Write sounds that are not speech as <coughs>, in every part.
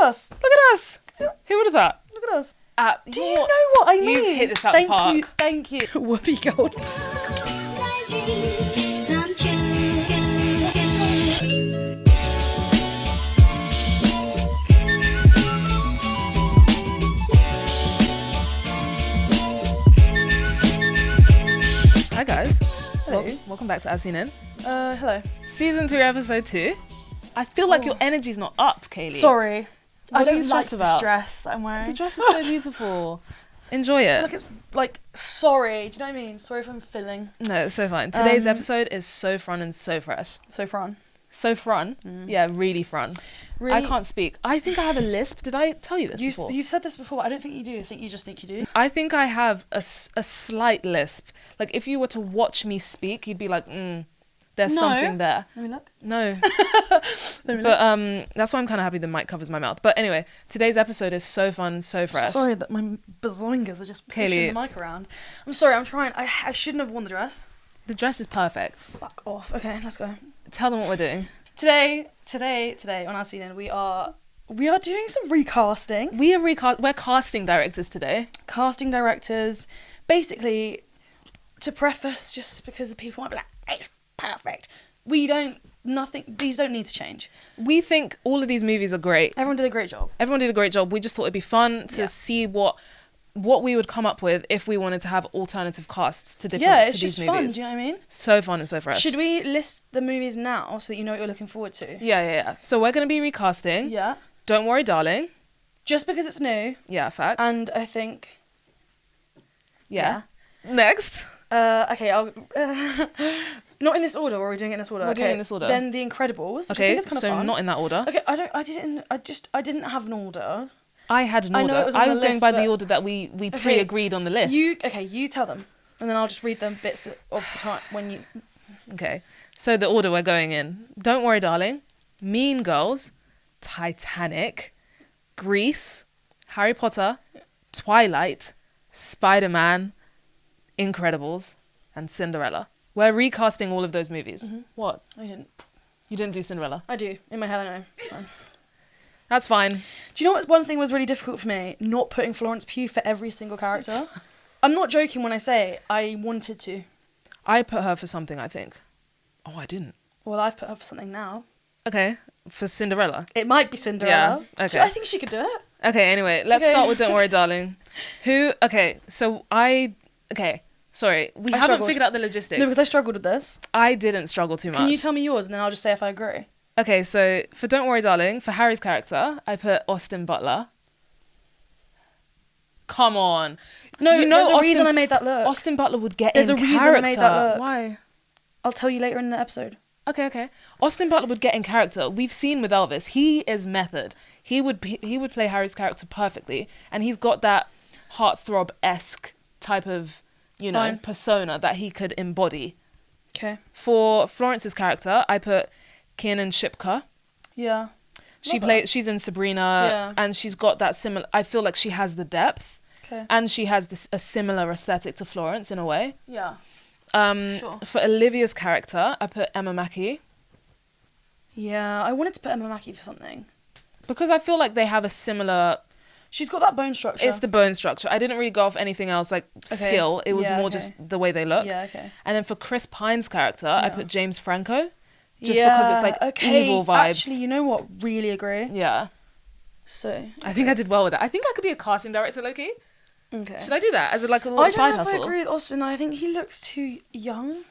at us. Look at us. Who would have thought? Look at us. Uh, Do you know what I mean? You've hit this out thank the park. You, thank you. <laughs> Whoopi Gold. Come true. Hi guys. Hello. Wel- welcome back to As Seen In. Uh, hello. Season 3, episode 2. I feel like your energy's not up, Kaylee. Oh. Sorry. What I are don't you like stressed the about? dress that I'm wearing. The dress is so beautiful. Enjoy it. Look, it's like sorry. Do you know what I mean? Sorry if I'm filling. no, it's so fine. Today's Um, episode is so fun and so fresh. So fun. So fun. Yeah, really fun. Mm-hmm. Really. Mm. I can't speak. I think I have a lisp. Did I tell you this You, before? you've said this before. but I don't think you do. I think you just think you do. I think I have a, s- a slight lisp. Like, if you were to watch me speak, you'd be like, mm, there's No. something there. Let me look. No, <laughs> Let me but um, that's why I'm kind of happy the mic covers my mouth. But anyway, today's episode is so fun, so look. fresh. Sorry that my bazoingas are just pushing Kaylee. the mic around. I'm sorry. I'm trying. I, I shouldn't have worn the dress. The dress is perfect. Fuck off. Okay, let's go. Tell them what we're doing. Today, today, today on our scene, and we are we are doing some recasting. We are recast. We're casting directors today. casting directors, basically, to preface, just because the people might be like, it's perfect. We don't, nothing, these don't need to change. We think all of these movies are great. Everyone did a great job. Everyone did a great job. We just thought it'd be fun to Yeah. see what what we would come up with if we wanted to have alternative casts to different yeah, to it's these just fun. movies. Do you know what I mean? So fun and so fresh. Should we list the movies now so that you know what you're looking forward to? Yeah, yeah, yeah. So we're gonna be recasting. Yeah. Don't worry, darling. Just because it's new, Yeah, facts. and I think. yeah. Next. Uh, okay, I'll. <laughs> not in this order. Or are we doing it in this order? We're okay. doing it in this order. Then The Incredibles. Which I Okay, think is kind so of fun. not in that order. Okay, I don't. I didn't. I just. I didn't have an order. I had an I order. know I, it was was, on the going list, by but- the order that we, we Okay. pre-agreed on the list. You okay? You tell them, and then I'll just read them bits that- of the time when you. Okay. So the order we're going in. Don't worry, darling. Mean Girls, Titanic, Grease, Harry Potter, Twilight, Spider-Man, Incredibles, and Cinderella. We're recasting all of those movies. Mm-hmm. What? I didn't. You didn't do Cinderella. I do in my head. I know. It's fine. That's fine. Do you know what's one thing was really difficult for me? Not putting Florence Pugh for every single <laughs> character. I'm not joking when I say I wanted to. I put her for something, I think. Oh, I didn't. Well, I've put her for something now. Okay. For Cinderella. It might be Cinderella. Yeah, okay. I think she could do it. Okay, anyway, let's Okay. start with Don't <laughs> Worry, Darling. Who, okay, so I, okay, sorry, we I haven't struggled. figured out the logistics. No, because I struggled with this. I didn't struggle too much. Can you tell me yours, and then I'll just say if I agree. okay, so for Don't Worry, Darling, for Harry's character, I put Austin Butler. Come on. No, You know there's a Austin- reason I made that look. Austin Butler would get There's in a reason I character. made that look. Why? I'll tell you later in the episode. Okay, okay. Austin Butler would get in character. We've seen with Elvis, he is method. He would be, he would play Harry's character perfectly, and he's got that heartthrob esque type of you know Fine. persona that he could embody. Okay. For Florence's character, I put Kiernan Shipka. Yeah. She Love her. plays. She's in Sabrina, Yeah. and she's got that similar. I feel like she has the depth, Okay. and she has this a similar aesthetic to Florence in a way. yeah. Um, Sure. For Olivia's character, I put Emma Mackey. Yeah. I wanted to put Emma Mackey for something. Because I feel like they have a similar She's got that bone structure. It's the bone structure. I didn't really go off anything else like skill. It was Yeah, more okay. just the way they look. Yeah, okay. And then for Chris Pine's character, I put James Franco. Just because Yeah, it's like okay. evil vibes. Actually, you know what? Really agree. yeah. So I think I did well with that. I think I could be a casting director, Loki. okay. Should I do that as a, like a little I side don't know if I hustle? agree with Austin. I think he looks too young.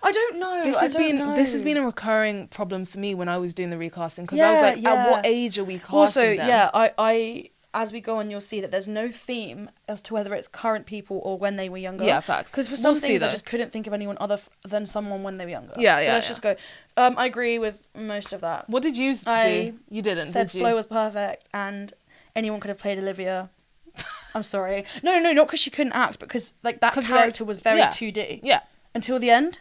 I don't know. This I has don't been know. this has been a recurring problem for me when I was doing the recasting because I Yeah, was like, at yeah. what age are we casting also them? yeah. I I as we go on, you'll see that there's no theme as to whether it's current people or when they were younger. Yeah, facts. Because for We'll some see, things, I though. just couldn't think of anyone other f- than someone when they were younger. Yeah, So yeah, let's yeah. just go. Um, I agree with most of that. What did you s- do? I you didn't. said did you? Flo was perfect and anyone could have played Olivia. <laughs> I'm sorry. No, no, not because she couldn't act, because like that 'Cause there's- character was very yeah. 2D yeah, Mm. until the end.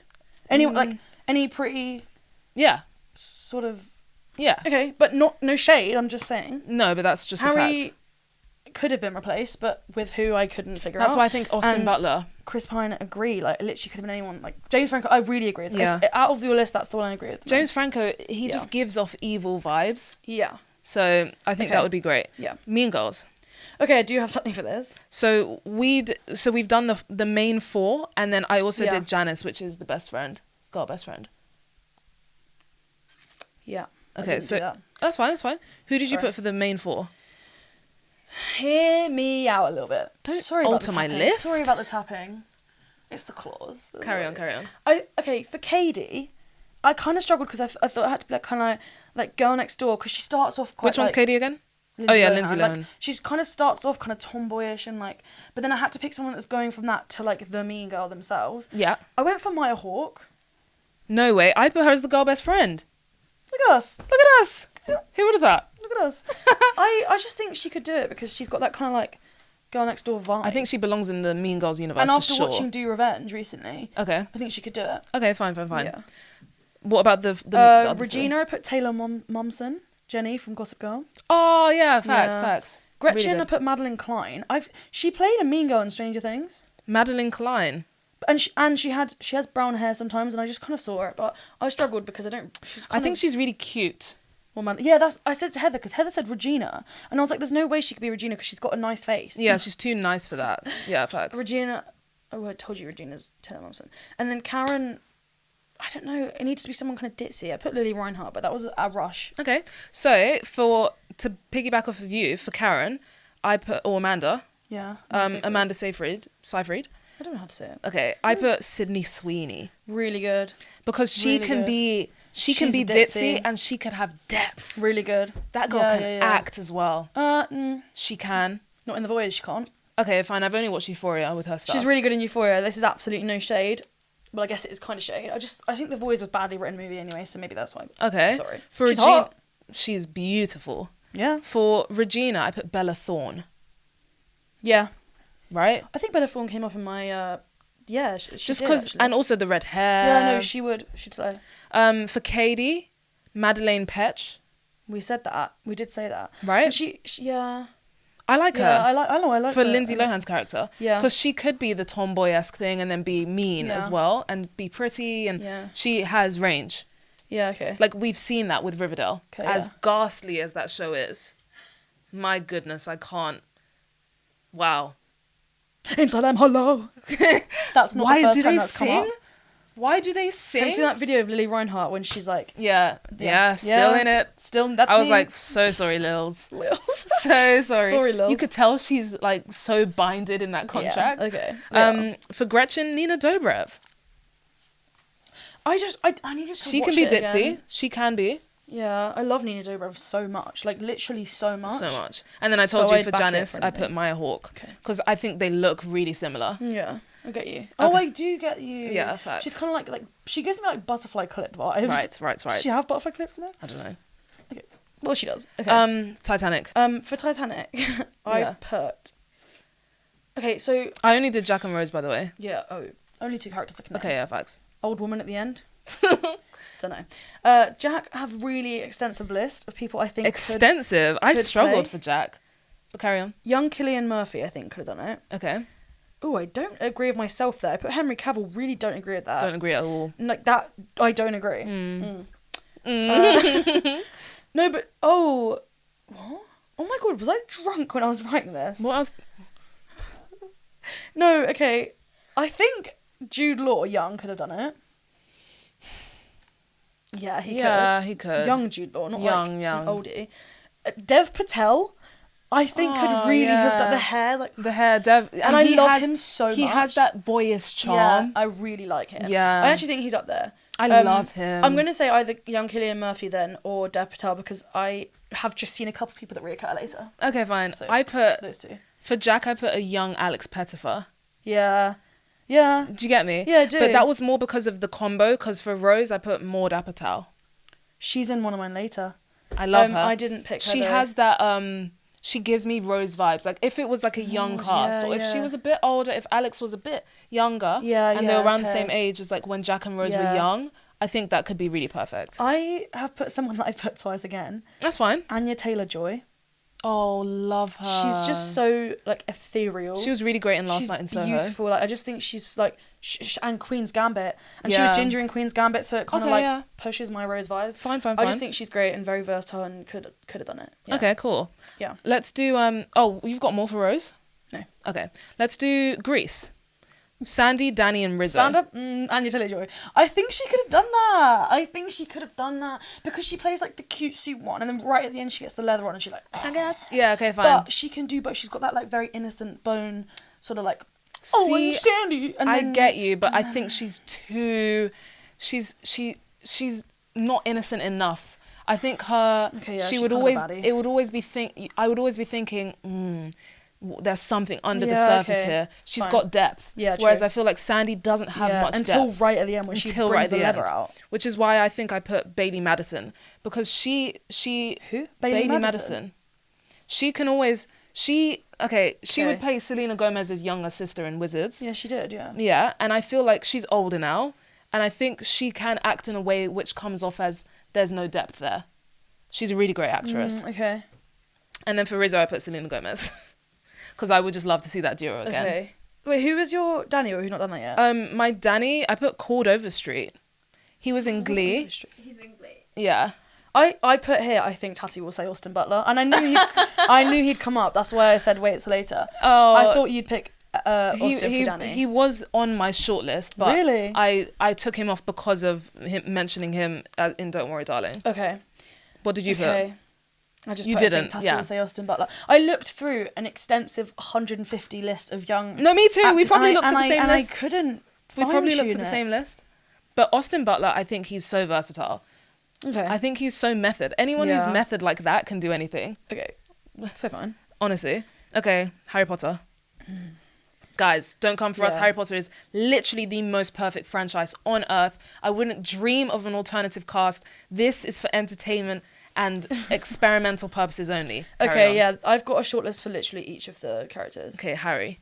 Anyone like any pretty yeah, sort of yeah. okay, but not no shade. I'm just saying No, but that's just a fact. Harry could have been replaced, but with who I couldn't figure That's out. why I think Austin And Butler. Chris Pine agree. Like it literally could have been anyone. Like James Franco, I really agree. with. Yeah. If- out of your list, that's the one I agree with. the James most. Franco, he Yeah. just gives off evil vibes. Yeah. So I think Okay. that would be great. Yeah. Mean Girls. Okay, I do have something for this. So we d- so we've done the the main four, and then I also Yeah. did Janice, which is the best friend, girl best friend. Yeah. I Okay, didn't do so that. that's fine. That's fine. Who did you Sorry. put for the main four? hear me out a little bit. Don't sorry about alter the my tapping. list. Sorry about the tapping. It's the claws. Carry on, carry on. I okay for Katie. I kind of struggled because I, th- I thought I had to be like kind of like, like girl next door because she starts off quite. Which one's like, Katie again? Lindsay oh yeah, Lohan. Lindsay Like, Lohan. she's kind of starts off kind of tomboyish and like, but then I had to pick someone that was going from that to like the mean girl themselves. yeah. I went for Maya Hawke. No way. I'd put her as the girl best friend. Look at us. Look at us. Who would have thought? Look at <laughs> us. I I just think she could do it because she's got that kind of like girl next door vibe. I think she belongs in the Mean Girls universe and after for sure. watching Do Revenge recently, okay. I think she could do it. Okay. Fine. Fine. Fine. Yeah. What about the, the, the uh, other three? Regina, I put Taylor Mum- Mumson, Jenny from Gossip Girl. Oh yeah. Facts. Yeah. Facts. Really Gretchen, I good. put Madeline Klein. I've she played a mean girl in Stranger Things, Madeline Klein. and she and she had she has brown hair sometimes, and I just kind of saw it, but I struggled because I don't. She's I kind think of, she's really cute. well, man, yeah. That's I said to Heather because Heather said Regina, and I was like, there's no way she could be Regina because she's got a nice face. Yeah, she's too nice for that. <laughs> Yeah, facts. Regina. Oh, I told you Regina's Taylor Momsen. And then Karen, I don't know. It needs to be someone kind of ditzy. I put Lily Reinhardt, but that was a rush. Okay, so for to piggyback off of you for Karen, I put or Amanda, Yeah. um, Seyfried. Amanda Seyfried, Seyfried. I don't know how to say it. Okay, I put Sydney Sweeney Really good. because she Really can good. be she can She's be a ditzy ditzy. and she can have depth. Really good. That girl Yeah, can yeah, yeah. act as well. Uh, mm, She can. not in the voyage. She can't. Okay, fine. I've only watched Euphoria with her stuff. She's really good in Euphoria. This is absolutely no shade. Well, I guess it is kind of shade. I just I think the voyage was a badly written movie anyway, so maybe that's why. okay. Sorry. For She's Regina, hot. she's beautiful. Yeah. For Regina, I put Bella Thorne. Yeah. Right. I think Bella Thorne came up in my. uh Yeah. She, she Just did, because, actually. and also the red hair. yeah, no, she would. She'd say. Um, for Katie, Madeleine Petch. We said that. We did say that. Right. And she, she. Yeah. I like Yeah. I her like. I know. I like for her. Lindsay I like- Lohan's character. Yeah. Because she could be the tomboy esque thing and then be mean as Yeah. well and be pretty and Yeah. she has range. Yeah. Okay. Like we've seen that with Riverdale. 'Kay, as yeah. ghastly as that show is, my goodness, I can't. Wow. Inside I'm <laughs> hollow. that's not the Why first do time they that's come up. sing? Why do they sing? Have you seen that video of Lily Reinhart when she's like, Yeah. Yeah. Yeah. Still Yeah. in it. still? That's I was me. like, so <laughs> sorry, Lils. Lils. So sorry. Sorry, Lils. You could tell she's like so binded in that <laughs> contract. Yeah, okay. Um, Yeah. for Gretchen, Nina Dobrev. I just I, I need to. She watch can be it ditzy. again. She can be Yeah, I love Nina Dobrev so much, like literally so much. so much. And then I told So you I'd for back it Janice, for I anything. put Maya Hawke Okay. because I think they look really similar. Yeah, I get you. Oh, I do get you. Yeah, facts. She's kind of like like she gives me like butterfly clip vibes. Right, right, Does right. she have butterfly clips in her? I don't know. Okay. Well, she does. Okay. Um, Um, Titanic. for Titanic, <laughs> I Yeah. put. Okay, so I only did Jack and Rose, by the way. yeah, oh, only two characters I can. name. Okay, yeah, facts. Old woman at the <laughs> end. Don't know. Uh, Jack I have really extensive list of people I think. could- Extensive. I could struggled play. for Jack. But carry on. young Killian Murphy, I think, could have done it. Okay. Oh, I don't agree with myself there. I put Henry Cavill. Really, don't agree with that. don't Hmm. agree at all. like that i don't agree Mm. Mm. Uh, no but oh what oh my god was i drunk when i was writing this What else? no okay i think jude law young could have done it yeah <laughs> he yeah, he could could. young jude law not Young, like an young. oldie Uh, dev patel i think Oh, could really have yeah. done the hair like The hair, Dev, and, I he love has, him so He has much. that boyish yeah charm. i really like him Yeah. i actually think he's up there Um, I Um, love him. I'm gonna say either young Killian Murphy then or Dev Patel because I have just seen a couple people that reoccur later. Okay, fine. So- I put Those two. for Jack. I put a young Alex Pettifer. Yeah, yeah. Do you get me? Yeah, I do. But that was more because of the combo. Because for Rose, I put Maud Apatow. She's in one of mine later. I love Um, her. I didn't pick her, She though. has that. Um, she gives me Rose vibes. Like if it was like a young Maud, cast, Mm, yeah, or if she yeah. was a bit older, if Alex was a bit younger, Yeah, and they yeah, were around the okay. same age as like when Jack and Rose were Yeah. Oh. young, I think that could be really perfect. I have put someone that I put twice again. That's fine. Anya Taylor Joy. Oh, love her. She's just so like ethereal. She was really great in last she's night in Soho. beautiful. Like I just think she's like sh- sh- and Queen's Gambit, and she Yeah. was Ginger in Queen's Gambit, so it kind of Okay, like yeah. pushes my Rose vibes. Fine, fine, I fine. just think she's great and very versatile and could could have done it. Yeah. Okay, cool. Yeah. Let's do um oh, you've got more for Rose? No. Okay. Let's do Greece. Sandy, Danny and Rizzo. Stand up, mm, Anya Taylor Joy. I think she could have done that. I think she could have done that because she plays like the cutesy one, and then right at the end she gets the leather on, and she's like, "Ah." I got Yeah, okay, fine. but she can do. But she's got that like very innocent bone, sort of like, oh, I'm See, Sandy. And I then- get you, but I think she's too she's she she's not innocent enough. I think her Okay, yeah, she she's would kind of a always baddie. it would always be think I would always be thinking mm, w- there's something under the Yeah, surface okay, here. She's fine. got depth. Yeah, Whereas true. I feel like Sandy doesn't have Yeah, much until depth. right at the end when she until brings right at the, the leather end. out. which is why I think I put Bailey Madison because she she Who? Bailey, Bailey Madison. Madison? She can always she okay. She would Okay. play Selena Gomez's younger sister in Wizards. Yeah, she did. Yeah. Yeah, and I feel like she's older now, and I think she can act in a way which comes off as there's no depth there. She's a really great actress. Mm, okay. And then for Rizzo, I put Selena Gomez <laughs> because I would just love to see that duo again. Okay. Wait, who was your Danny? Or who's not done that yet? Um, my Danny, I put Cordover Street. He was Oh, in Glee. He's in Glee. Yeah. I, I put here. I think Tati will say Austin Butler, and I knew he'd, <laughs> I knew he'd come up. That's why I said wait till later. Oh, I thought you'd pick uh, he, Austin he, for Danny. he was on my shortlist, but Really? I, I took him off because of him mentioning him uh, in Don't Worry, Darling. okay. What did you okay. I just You put, I didn't, think Tati yeah. will say Austin Butler. I looked through an extensive 150 list of young. put? No, me too. we actors, probably and I- looked at and the I- same and list. I couldn't. we probably looked at fine-tune the it. same list. But Austin Butler, I think he's so versatile. Okay. I think he's so method. Anyone Yeah. who's method like that can do anything, okay. So fine. honestly. Okay, Harry Potter. Guys, don't come for us. Yeah. Harry Potter is literally the most perfect franchise on earth. I wouldn't dream of an alternative cast. This is for entertainment and <laughs> experimental purposes only. Carry Okay. on. Yeah, I've got a shortlist for literally each of the characters. Okay, Harry.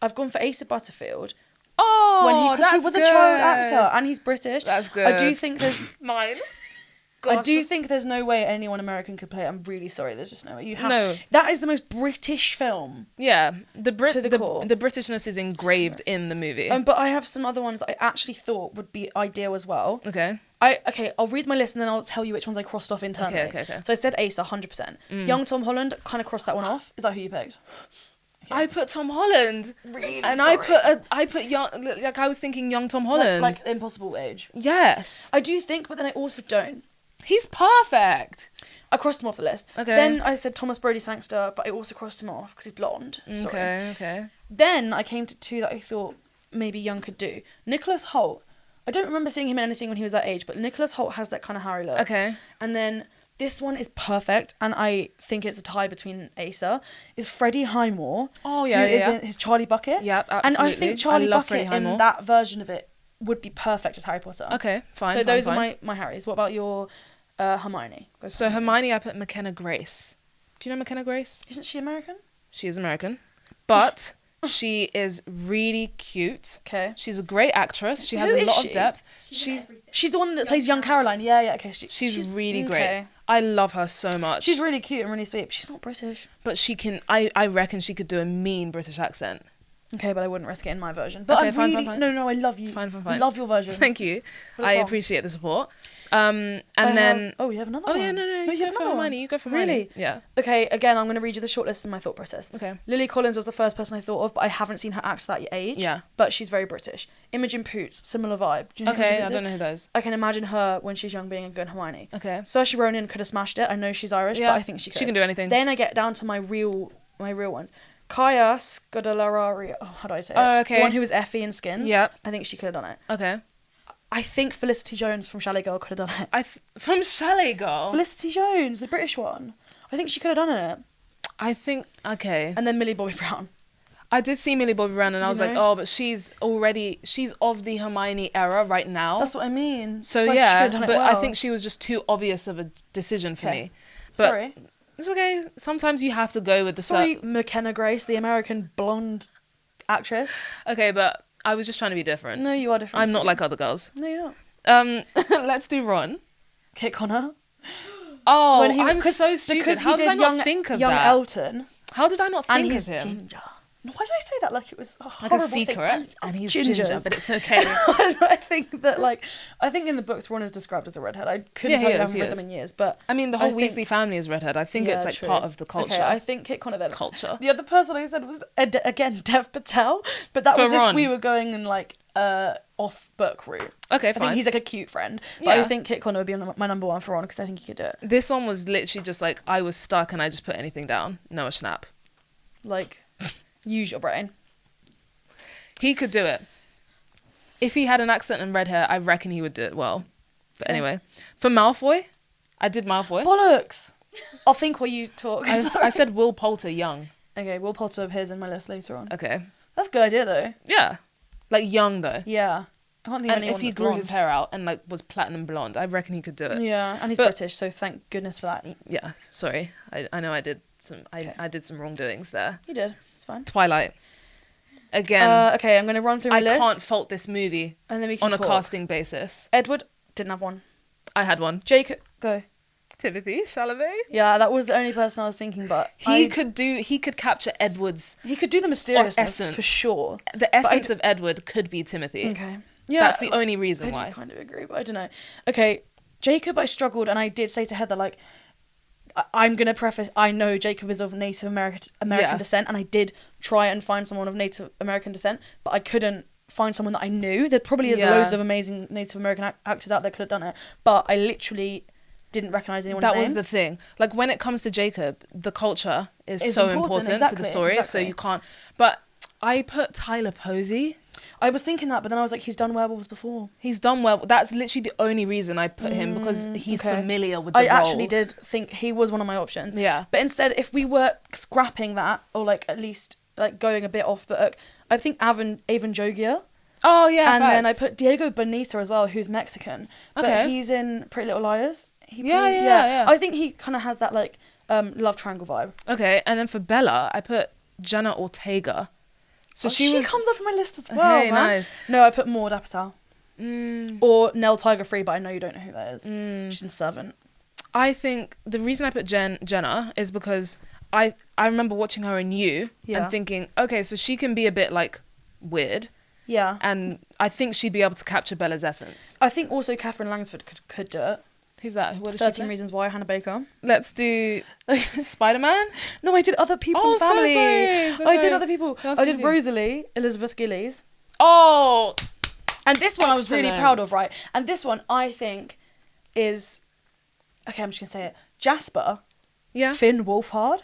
I've gone for Asa Butterfield Oh, when he because he that's was good. a child actor and he's British. That's I do good. think <coughs> there's Mine. I do think there's no way anyone American could play it. I'm really sorry. There's just no way. You have No. that is the most British film. Yeah, the Brit To the, the the, core. Britishness is engraved in the movie. Um, but I have some other ones that I actually thought would be ideal as well. okay. I okay, I'll read my list and then I'll tell you which ones I crossed off internally. okay, okay. Mm. So I said Ace 100. percent Young Tom Holland kind of crossed that one off. Is that who you picked? I put Tom Holland, Really and I sorry. put a, I put young like I was thinking young Tom Like- Holland. Like, the Impossible Age. yes, I do think, but then I also don't. he's perfect. I crossed him off the list. Okay. Then I said Thomas Brody Sangster, but I also crossed him off because he's blonde. Sorry. Okay, okay. Then I came to two that I thought maybe Young could do. Nicholas Holt. I don't remember seeing him in anything when he was that age, but Nicholas Holt has that kind of Harry look. Okay. And then this one is perfect, and I think it's a tie between Asa. Is Freddie Highmore? Oh, yeah, who yeah, is yeah. in his Charlie Bucket? Yep, And I absolutely. I think Charlie love Freddie Bucket Highmore. in that version of it would be perfect as Harry Potter. Okay, fine. so fine, those fine. are my my Harrys. What about your uh, Hermione? So Hermione, I put McKenna Grace. Do you know McKenna Grace? isn't she American? She is American, but she is really cute. Okay. She's a great actress. She has Who a is lot she? of depth. She's, She's- in everything. She's the one that plays young Caroline. Yeah, yeah. Okay, she, She's, really great. okay. I love her so much. She's really cute and really sweet. But she's not British. but she can. I, I reckon she could do a mean British accent. Okay, but I wouldn't risk it in my version. But Okay, I fine, really fine, fine. no, no. I love you. Fine, fine, I fine. love your version. Thank you. But it's I wrong. appreciate the support. Um, and I then have- oh, you have another. oh one. yeah, no, no, you you have go for another one. Hermione. You go for Hermione. Really? Yeah. Okay, again, I'm going to read you the shortlist and my thought process. Okay. Lily Collins was the first person I thought of, but I haven't seen her act to that age. Yeah. But she's very British. Imogen Poots, similar vibe. Do you know who Okay. Imogen I Poots is? don't know who those. I can imagine her when she's young being a good Hermione. Okay. Saoirse Ronan could have smashed it. I know she's Irish, Yeah, but I think she could. she can do anything. Then I get down to my real my real ones. Kaya Scodelaria. Oh, how do I say it? Oh, okay. The one who was Effie in Skins. Yep. I think she could have done it. Okay. I think Felicity Jones from Chalet Girl could have done it. I th- from Chalet <laughs> Girl. Felicity Jones, the British one. I think she could have done it. I think okay. And then Millie Bobby Brown. I did see Millie Bobby Brown, and I You was like, know? oh, but she's already she's of the Hermione era right now. That's what I mean. Oh. so That's why she could yeah, have done it but I well. think she was just too obvious of a decision for Okay. me. but- Sorry. It's okay. Sometimes you have to go with the sur- Sorry, McKenna Grace, the American blonde actress. Okay, but I was just trying to be different. No, you are different. I'm not like other girls. <laughs> No, you're not. Um, let's do Ron. Kit Connor. Oh, when he I'm because- so stupid. because How he did, did I young, not think of young that? Elton How did I not and think of he's him? ginger. No, Why did I say that like it was a Like horrible a thing? secret, I love and he's gingers. ginger, but it's okay. <laughs> I think that like I think in the books Ron is described as a redhead. I couldn't Yeah, tell he you. I is, haven't he read them is. in years, but <laughs> I mean, the whole I think- Weasley family is redhead. I think it's Yeah, like true. part of the culture. Okay, I think Kit Connor then. Culture. The other person I said was uh, de- again Dev Patel, but that For was Ron. if we were going in like uh off book route. Okay, I think fine. he's like a cute friend, but Yeah. I think Kit Connor would be on the- my number one for Ron because I think he could do it. This one was literally just like I was stuck and I just put anything down. Noah Schnapp. <laughs> Like, use your brain. He could do it. If he had an accent and red hair, I reckon he would do it well. But Yeah. anyway, for Malfoy, I did Malfoy. Bollocks! I'll think while you talk. <laughs> I, s- I Sorry. said Will Poulter Young. okay, Will Potter appears in my list later on. Okay. That's a good idea though. Yeah. Like young though. Yeah, I can't think And of anyone if he that's grew blonde. his hair out and like was platinum blonde, I reckon he could do it. Yeah, and he's But- British, so thank goodness for that. Yeah, sorry. I, I know I did some I, Okay. I did some wrongdoings there. You did. It's fine. Twilight. Again, uh, okay, I'm gonna run through my I list, can't fault this movie and then we can on a talk. casting basis. Edward didn't have one. I had one. Jacob, go. Timothy Chalamet. Yeah, that was the only person I was thinking, but He I- could do. He could capture Edward's he could do the mysteriousness essence. for sure. the I essence of Edward could be Timothy. Okay, yeah, That's the only reason I why. do kind of agree, but I don't know. Okay, Jacob, I struggled, and I did say to Heather like. I- I'm gonna preface. I know Jacob is of Native American American Yeah. descent, and I did try and find someone of Native American descent, but I couldn't find someone that I knew. There probably is Yeah. loads of amazing Native American ac- actors out there could have done it, but I literally didn't recognize anyone's That names. was the thing. Like when it comes to Jacob, the culture is It's so important, important, to the exactly, story. exactly. So you can't. But I put Tyler Posey. I was thinking that, but then I was like, he's done werewolves before. He's done well. That's literally the only reason I put him because he's Mm, okay. familiar with the I role. actually did think he was one of my options. Yeah. But instead, if we were scrapping that, or like at least like going a bit off book, I think Avon Avon Jogia, Oh yeah. and then I facts. put Diego Bonita as well, who's Mexican, but Okay. he's in Pretty Little Liars. He Yeah, played- yeah, yeah. I think he kind of has that like um love triangle vibe. Okay, and then for Bella, I put Jenna Ortega. So So she, Oh, she, was. comes up in my list as well, Okay, man. nice. No, I put Maud Apatow Mm, or Nell Tiger Free, but I know you don't know who that is. mm. She's in Servant. I think the reason I put Jen Jenna is because I I remember watching her in You Yeah. and thinking, okay, so she can be a bit like weird, Yeah. and I think she'd be able to capture Bella's essence. I think also Catherine Langsford could could do it. Who's that? What is she? Thirteen play? Reasons Why, Hannah Baker. <laughs> Let's do Spider Man. No, I did other people Oh, in so family. sorry, so I did sorry. other people. Who else I did did you do? Rosalie, Elizabeth Gillies. Oh, And this one I was really Excellent. proud of, right? And this one I think is okay, I'm just gonna say it. Jasper, yeah. Finn Wolfhard.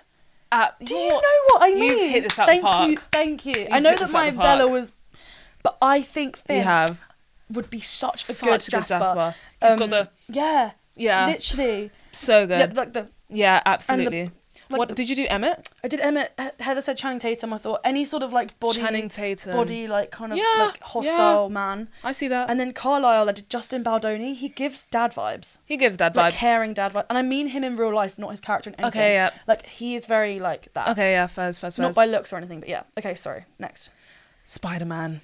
Uh, Do you know what I mean? You've hit this out the thank You, park. thank you. You've I know hit that this out my the park. Bella was but I think You Finn have would be such, such a good Jasper. He's Um, got the Yeah. yeah, Literally. so good. Yeah, like the yeah, absolutely. like what the- did you do, Emmett? I did Emmett Heather said Channing Tatum, I thought any sort of like body Channing Tatum. body like kind of Yeah, like hostile man. I see that. And then Carlisle, I did Justin Baldoni. He gives dad vibes, he gives dad like vibes. caring dad vibes, and I mean him in real life, not his character in anything. Okay, yeah. Like he is very like that. Okay, yeah, first, first, Not first. by looks or anything, but yeah. Okay, sorry. Next. Spider Man.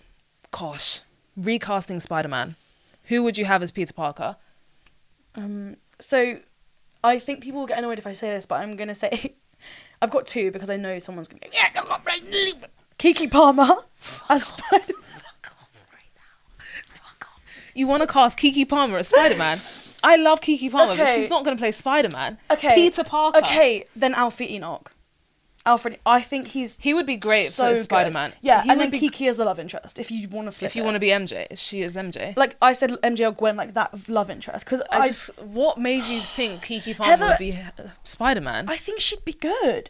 Gosh. Recasting Spider Man. Who would you have as Peter Parker? Um, so I think people will get annoyed if I say this, but I'm gonna say <laughs> I've got two because I know someone's gonna go. Yeah, I got like Lily- Kiki Palmer <laughs> as Spider. You want to cast Kiki Palmer as Spider Man? I love Kiki Palmer, but Okay. she's not going to play Spider Man. Okay. Peter Parker. Okay, then Alfred Enoch. Alfred, I think he's He would be great so for good. Spider Man. Yeah, He and would then be, Kiki as the love interest if you want to flip. If you it. want to be MJ, she is MJ. like I said, MJ or Gwen, like that love interest. Because I just. What made you think Kiki Palmer Heather- would be uh, Spider Man? I think she'd be good.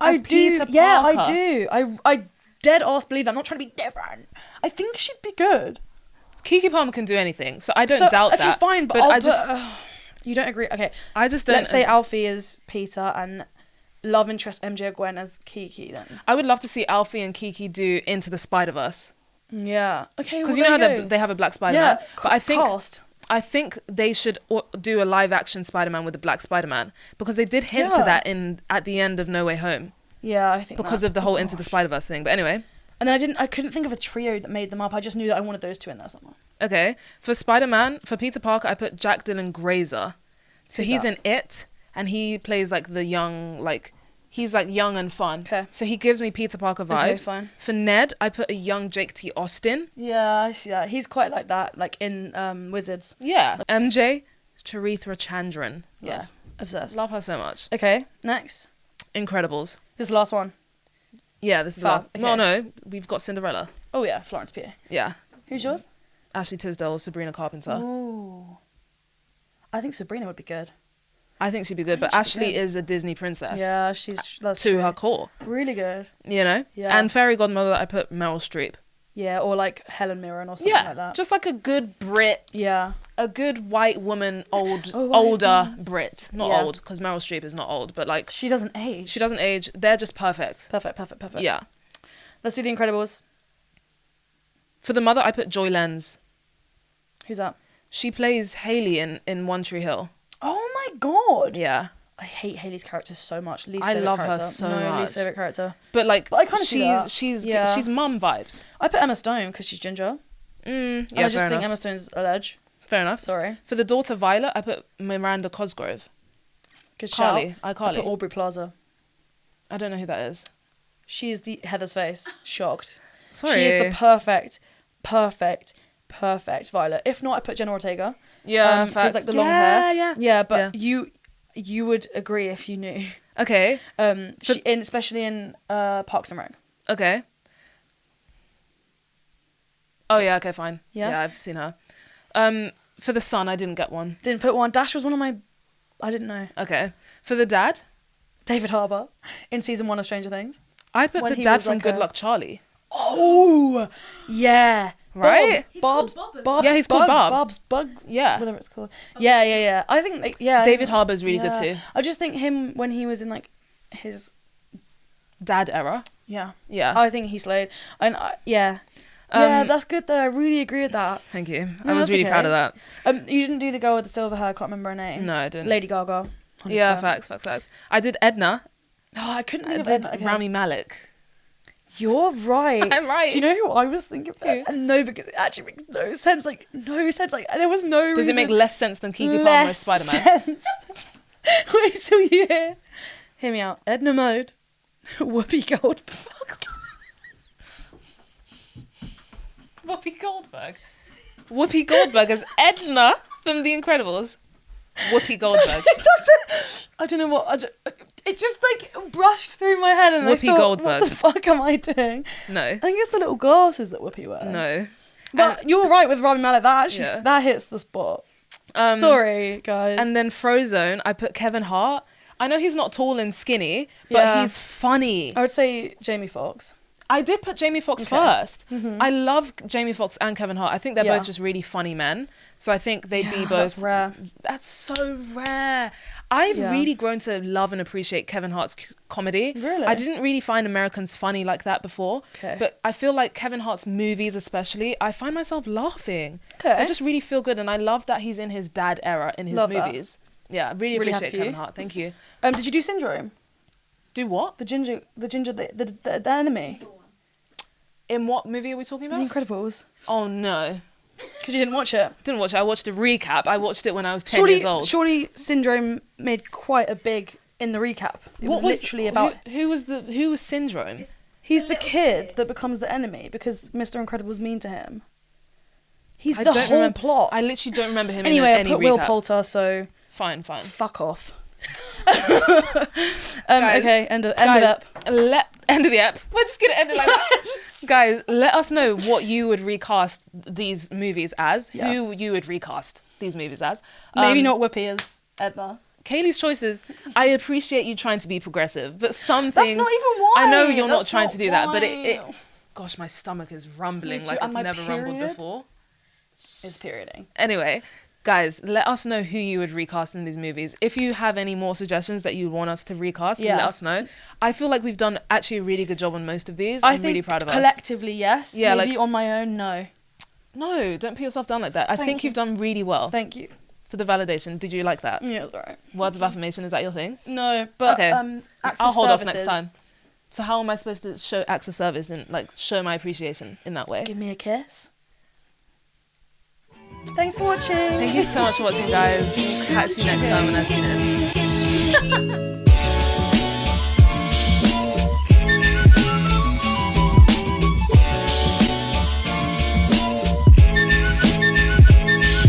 I do. Peter Yeah, I Parker. do. I, I dead ass believe. That. I'm not trying to be different. I think she'd be good. Kiki Palmer can do anything, so I don't So, doubt okay, that. fine, but, I'll I put- <sighs> just, ugh, you don't agree. Okay, I just don't. let's say Alfie is Peter and love interest MJ or Gwen as Kiki. Then I would love to see Alfie and Kiki do Into the Spider Verse. yeah. Okay, well, because you know how there they, go. they have a black Spider Man. yeah. but I think cast. I think they should o- do a live action Spider Man with a black Spider Man because they did hint to Yeah. that in at the end of No Way Home Yeah, I think because that. of the whole Into the Spider Verse thing. But anyway, And then I didn't. I couldn't think of a trio that made them up. I just knew that I wanted those two in there somewhere. okay, for Spider Man for Peter Parker, I put Jack Dylan Grazer, so Who's he's that? in It. and he plays like the young like he's like young and fun. 'Kay. So he gives me Peter Parker vibes. Okay, fine. For Ned, I put a young Jake T. Austin. Yeah, I see that. He's quite like that, like in um, Wizards. Yeah. MJ, Charithra Chandran. Yeah, Love. obsessed. Love her so much. Okay, next. Incredibles. This is the last one. Yeah, this is the Fast, last. No, okay. no, we've got Cinderella. Oh yeah, Florence Pugh. Yeah. Who's yours? Ashley Tisdale, Sabrina Carpenter. Ooh. I think Sabrina would be good. I think she'd be good, but she'd be Ashley good. is a Disney princess. Yeah, she's that's To true. her core, really good. you know? Yeah. And Fairy Godmother, I put Meryl Streep. Yeah, or like Helen Mirren or something yeah. like that. Just like a good Brit, yeah, a good white woman, old, Oh, white older woman. Brit. Not Yeah. old, because Meryl Streep is not old, but like she doesn't age. she doesn't age. They're just perfect. Perfect, perfect, perfect. Yeah. Let's do The Incredibles. For the mother, I put Joy Lenz. Who's that? She plays Haley in, in One Tree Hill. Oh my god. Yeah. I hate Haley's character so much. Least I favorite love her character. so no, much. least favorite character. But like, But I kinda see she's that. she's Yeah. she's mum vibes. I put Emma Stone because she's ginger. Mm, and yeah, I just fair think enough. Emma Stone's a ledge. fair enough. Sorry. For the daughter Violet, I put Miranda Cosgrove. Good Carly, shout. I iCarly. put Aubrey Plaza. I don't know who that is. She is the Heather's <gasps> face. Shocked. Sorry. She is the perfect, perfect, perfect Violet. If not, I put Jenna Ortega. yeah, Um, facts. like the long yeah, hair. Yeah, Yeah, but Yeah. you you would agree if you knew. Okay, Um, she in especially in uh Parks and Rec. okay. Oh yeah, okay, fine. Yeah, Yeah. I've seen her. Um, for the son, I didn't get one. Didn't put one. Dash was one of my. I didn't know. Okay, for the dad, David Harbour in season one of Stranger Things. I put When the he dad was from like Good a- Luck Charlie. Oh, yeah. Right? Bob, He's Bob's, called Bob, isn't Bob, he? Yeah, he's called Bob. Bob's bug. Yeah. Whatever it's called. Yeah, yeah, yeah. I think like, yeah. David Harbour's really good yeah. too. I just think him when he was in like his Dad era. yeah. Yeah. I think he slayed. And I, yeah. yeah, Um, that's good though. I really agree with that. Thank you. I No, was that's really proud of that. Um, you didn't do the girl with the silver hair. I can't remember her name. No, I didn't. Lady Gaga. 100%. Yeah, facts, facts, facts. I did Edna. Oh, I couldn't I think of did it. Okay. Rami Malik. You're right. <laughs> I'm right. Do you know who I was thinking of? And no, because it actually makes no sense. Like no sense. Like there was no. Does it make reason- less sense than Kiki Palmer as less Spider Man? sense? <laughs> Wait till you hear. Hear me out. Edna Mode. <laughs> Whoopi Goldberg. Whoopi Goldberg. Whoopi Goldberg as Edna from The Incredibles. <laughs> Whoopi Goldberg. I don't know what. I don't, it just like brushed through my head and Whoopi I thought, Goldberg. what the fuck am I doing? No. I think it's the little glasses that Whoopi wears. No. Uh, But you're right with Rami Malek. That actually Yeah. that hits the spot. Um, Sorry, guys. And then Frozone, I put Kevin Hart. I know he's not tall and skinny, but Yeah. he's funny. I would say Jamie Foxx. I did put Jamie Foxx Okay. Mm-hmm. 1st I love Jamie Foxx and Kevin Hart. I think they're Yeah. both just really funny men. So I think they'd be Yeah, both That's rare. That's so rare. I've Yeah. really grown to love and appreciate Kevin Hart's c- comedy. Really? I didn't really find Americans funny like that before. 'Kay. But I feel like Kevin Hart's movies, especially, I find myself laughing. 'Kay. I just really feel good, and I love that he's in his dad era in his Love that. movies. Yeah, I really, Really appreciate happy for Kevin you. Hart. Thank you. Um, did you do Syndrome? Do what? The ginger, the ginger, the the, the, the enemy. In what movie are we talking The about? Incredibles. Oh no, Because you didn't watch it. didn't watch it. I watched a recap. I watched it when I was ten surely, years old. surely Syndrome made quite a big in the recap. It was, literally about who, who was the who was Syndrome? he's The the little kid kid. that becomes the enemy because Mr. Incredible's mean to him. He's I the don't whole remember. plot. I literally don't remember him. anyway, in I any put Will recap. Poulter, so Fine, fine. fuck <laughs> off. <laughs> um, Guys, okay, end, of, end Guys, it up. Let end of the app. We're just gonna end it <laughs> like that. Guys, let us know what you would recast these movies as. Yeah. Who you would recast these movies as? Maybe Um, not Whoopi as Edna. Kaylee's choices. I appreciate you trying to be progressive, but some That's things. not even why. I know you're not That's trying not to do that, but it, it. why. Gosh, my stomach is rumbling too, like and it's my never rumbled period. before. Is perioding. Anyway, guys, let us know who you would recast in these movies. If you have any more suggestions that you want us to recast, Yeah. let us know. I feel like we've done actually a really good job on most of these. I I'm think really proud of us. collectively, yes. Yeah, Maybe like- on my own, no. No, don't put yourself down like that. I Thank think you. you've done really well Thank Mm. you. for the validation. Did you like that? Yeah, that's all right. Words of affirmation, is that your thing? No, but Okay. um, acts I'll of hold off next services. time. So how am I supposed to show acts of service and like show my appreciation in that way? Give me a kiss. Thanks for watching. Thank you so much for watching guys. Catch you next time when I see this. Thank Bye.